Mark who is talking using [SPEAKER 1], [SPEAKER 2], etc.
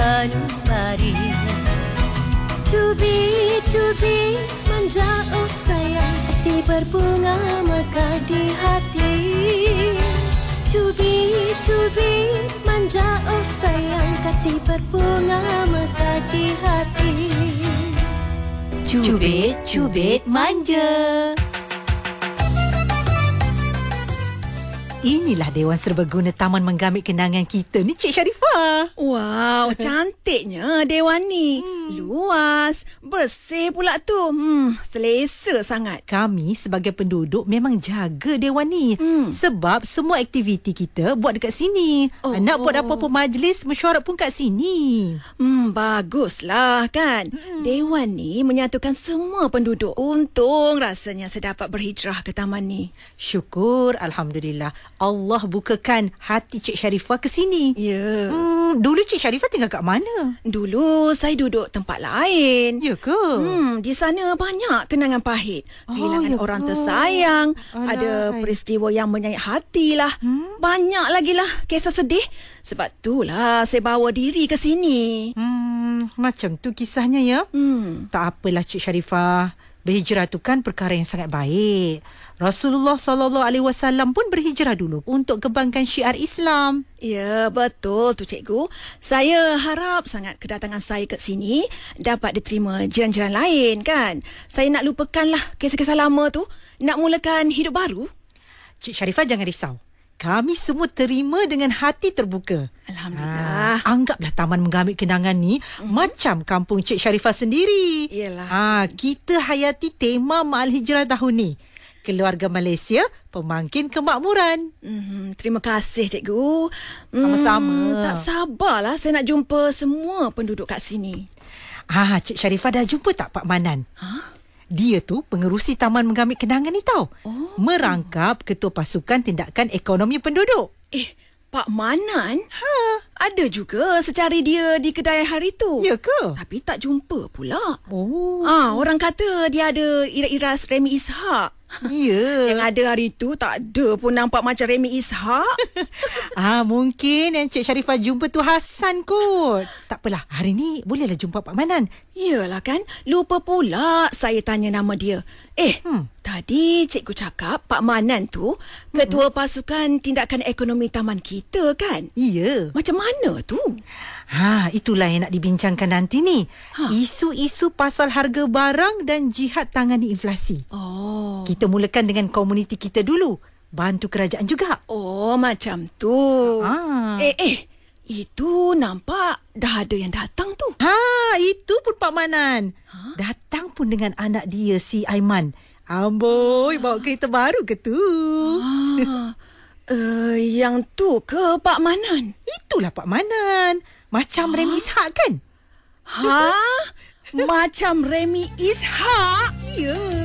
[SPEAKER 1] Januari Cubi-cubi manja oh sayang Kasih berbunga mekar di hati Cubi-cubi manja oh sayang Kasih berbunga mekar di hati
[SPEAKER 2] Cubit-cubit manja.
[SPEAKER 3] Inilah Dewan Serbaguna Taman Menggamit Kenangan kita ni Cik Sharifah.
[SPEAKER 4] Wow, cantiknya dewan ni. Hmm. Luas, bersih pula tu. Hmm, selesa sangat.
[SPEAKER 3] Kami sebagai penduduk memang jaga dewan ni.
[SPEAKER 4] Hmm.
[SPEAKER 3] Sebab semua aktiviti kita buat dekat sini.
[SPEAKER 4] Oh.
[SPEAKER 3] Oh. Nak buat apa-apa majlis, mesyuarat pun kat sini.
[SPEAKER 4] Hmm, baguslah kan. Hmm. Dewan ni menyatukan semua penduduk. Untung rasanya saya dapat berhijrah ke taman ni.
[SPEAKER 3] Syukur Alhamdulillah. Allah bukakan hati Cik Sharifah ke sini.
[SPEAKER 4] Ya. Yeah.
[SPEAKER 3] Hmm, dulu Cik Sharifah tinggal kat mana?
[SPEAKER 4] Dulu saya duduk tempat lain.
[SPEAKER 3] Ya ke?
[SPEAKER 4] Hmm, di sana banyak kenangan pahit.
[SPEAKER 3] Oh,
[SPEAKER 4] Kehilangan
[SPEAKER 3] ya
[SPEAKER 4] orang
[SPEAKER 3] ke?
[SPEAKER 4] tersayang,
[SPEAKER 3] Alai.
[SPEAKER 4] ada peristiwa yang menyayat hati lah. Hmm? Banyak lagi lah kisah sedih. Sebab itulah saya bawa diri ke sini.
[SPEAKER 3] Hmm, macam tu kisahnya ya.
[SPEAKER 4] Hmm.
[SPEAKER 3] Tak apalah Cik Sharifah. Berhijrah tu kan perkara yang sangat baik. Rasulullah sallallahu alaihi wasallam pun berhijrah dulu untuk kebangkan syiar Islam.
[SPEAKER 4] Ya, betul tu cikgu. Saya harap sangat kedatangan saya ke sini dapat diterima jiran-jiran lain kan. Saya nak lupakanlah kisah-kisah lama tu. Nak mulakan hidup baru.
[SPEAKER 3] Cik Sharifah jangan risau. Kami semua terima dengan hati terbuka. Ah,
[SPEAKER 4] Alhamdulillah.
[SPEAKER 3] anggaplah Taman Menggamit Kenangan ni macam kampung Cik Sharifah sendiri.
[SPEAKER 4] Yelah.
[SPEAKER 3] Ah, kita hayati tema Maal Hijrah tahun ni. Keluarga Malaysia, pemangkin kemakmuran.
[SPEAKER 4] Hmm, terima kasih cikgu. Hmm,
[SPEAKER 3] Sama-sama.
[SPEAKER 4] tak sabarlah saya nak jumpa semua penduduk kat sini.
[SPEAKER 3] Ah, Cik Sharifah dah jumpa tak Pak Manan?
[SPEAKER 4] Ha?
[SPEAKER 3] Dia tu pengerusi Taman Menggamit Kenangan ni tau. Oh. Merangkap Ketua Pasukan Tindakan Ekonomi Penduduk.
[SPEAKER 4] Eh, Pak Manan? Ha. Ada juga secari dia di kedai hari tu.
[SPEAKER 3] Ya ke?
[SPEAKER 4] Tapi tak jumpa pula.
[SPEAKER 3] Oh.
[SPEAKER 4] Ah, orang kata dia ada iras-iras Remy Ishak.
[SPEAKER 3] Ya.
[SPEAKER 4] Yang ada hari tu tak ada pun nampak macam Remy Ishak.
[SPEAKER 3] Ah mungkin yang Cik Sharifah jumpa tu Hasan kot. Tak apalah, hari ni bolehlah jumpa Pak Manan.
[SPEAKER 4] Yelah kan, lupa pula saya tanya nama dia. Eh, hmm. tadi cikgu cakap Pak Manan tu ketua pasukan tindakan ekonomi taman kita kan?
[SPEAKER 3] Ya.
[SPEAKER 4] Macam mana tu?
[SPEAKER 3] Ha, itulah yang nak dibincangkan nanti ni. Ha.
[SPEAKER 4] Ha.
[SPEAKER 3] Isu-isu pasal harga barang dan jihad tangani inflasi.
[SPEAKER 4] Oh.
[SPEAKER 3] Kita mulakan dengan komuniti kita dulu. Bantu kerajaan juga.
[SPEAKER 4] Oh, macam tu.
[SPEAKER 3] Ah.
[SPEAKER 4] Eh, eh. Itu nampak dah ada yang datang tu.
[SPEAKER 3] Ha, itu pun Pak Manan. Ha? Datang pun dengan anak dia si Aiman. Amboi, bawa kereta baru ke tu?
[SPEAKER 4] Ah. uh, yang tu ke Pak Manan?
[SPEAKER 3] Itulah Pak Manan. Macam ha? Rem Ishak kan?
[SPEAKER 4] Ha? macam Remy Ishak? Ya. Yeah.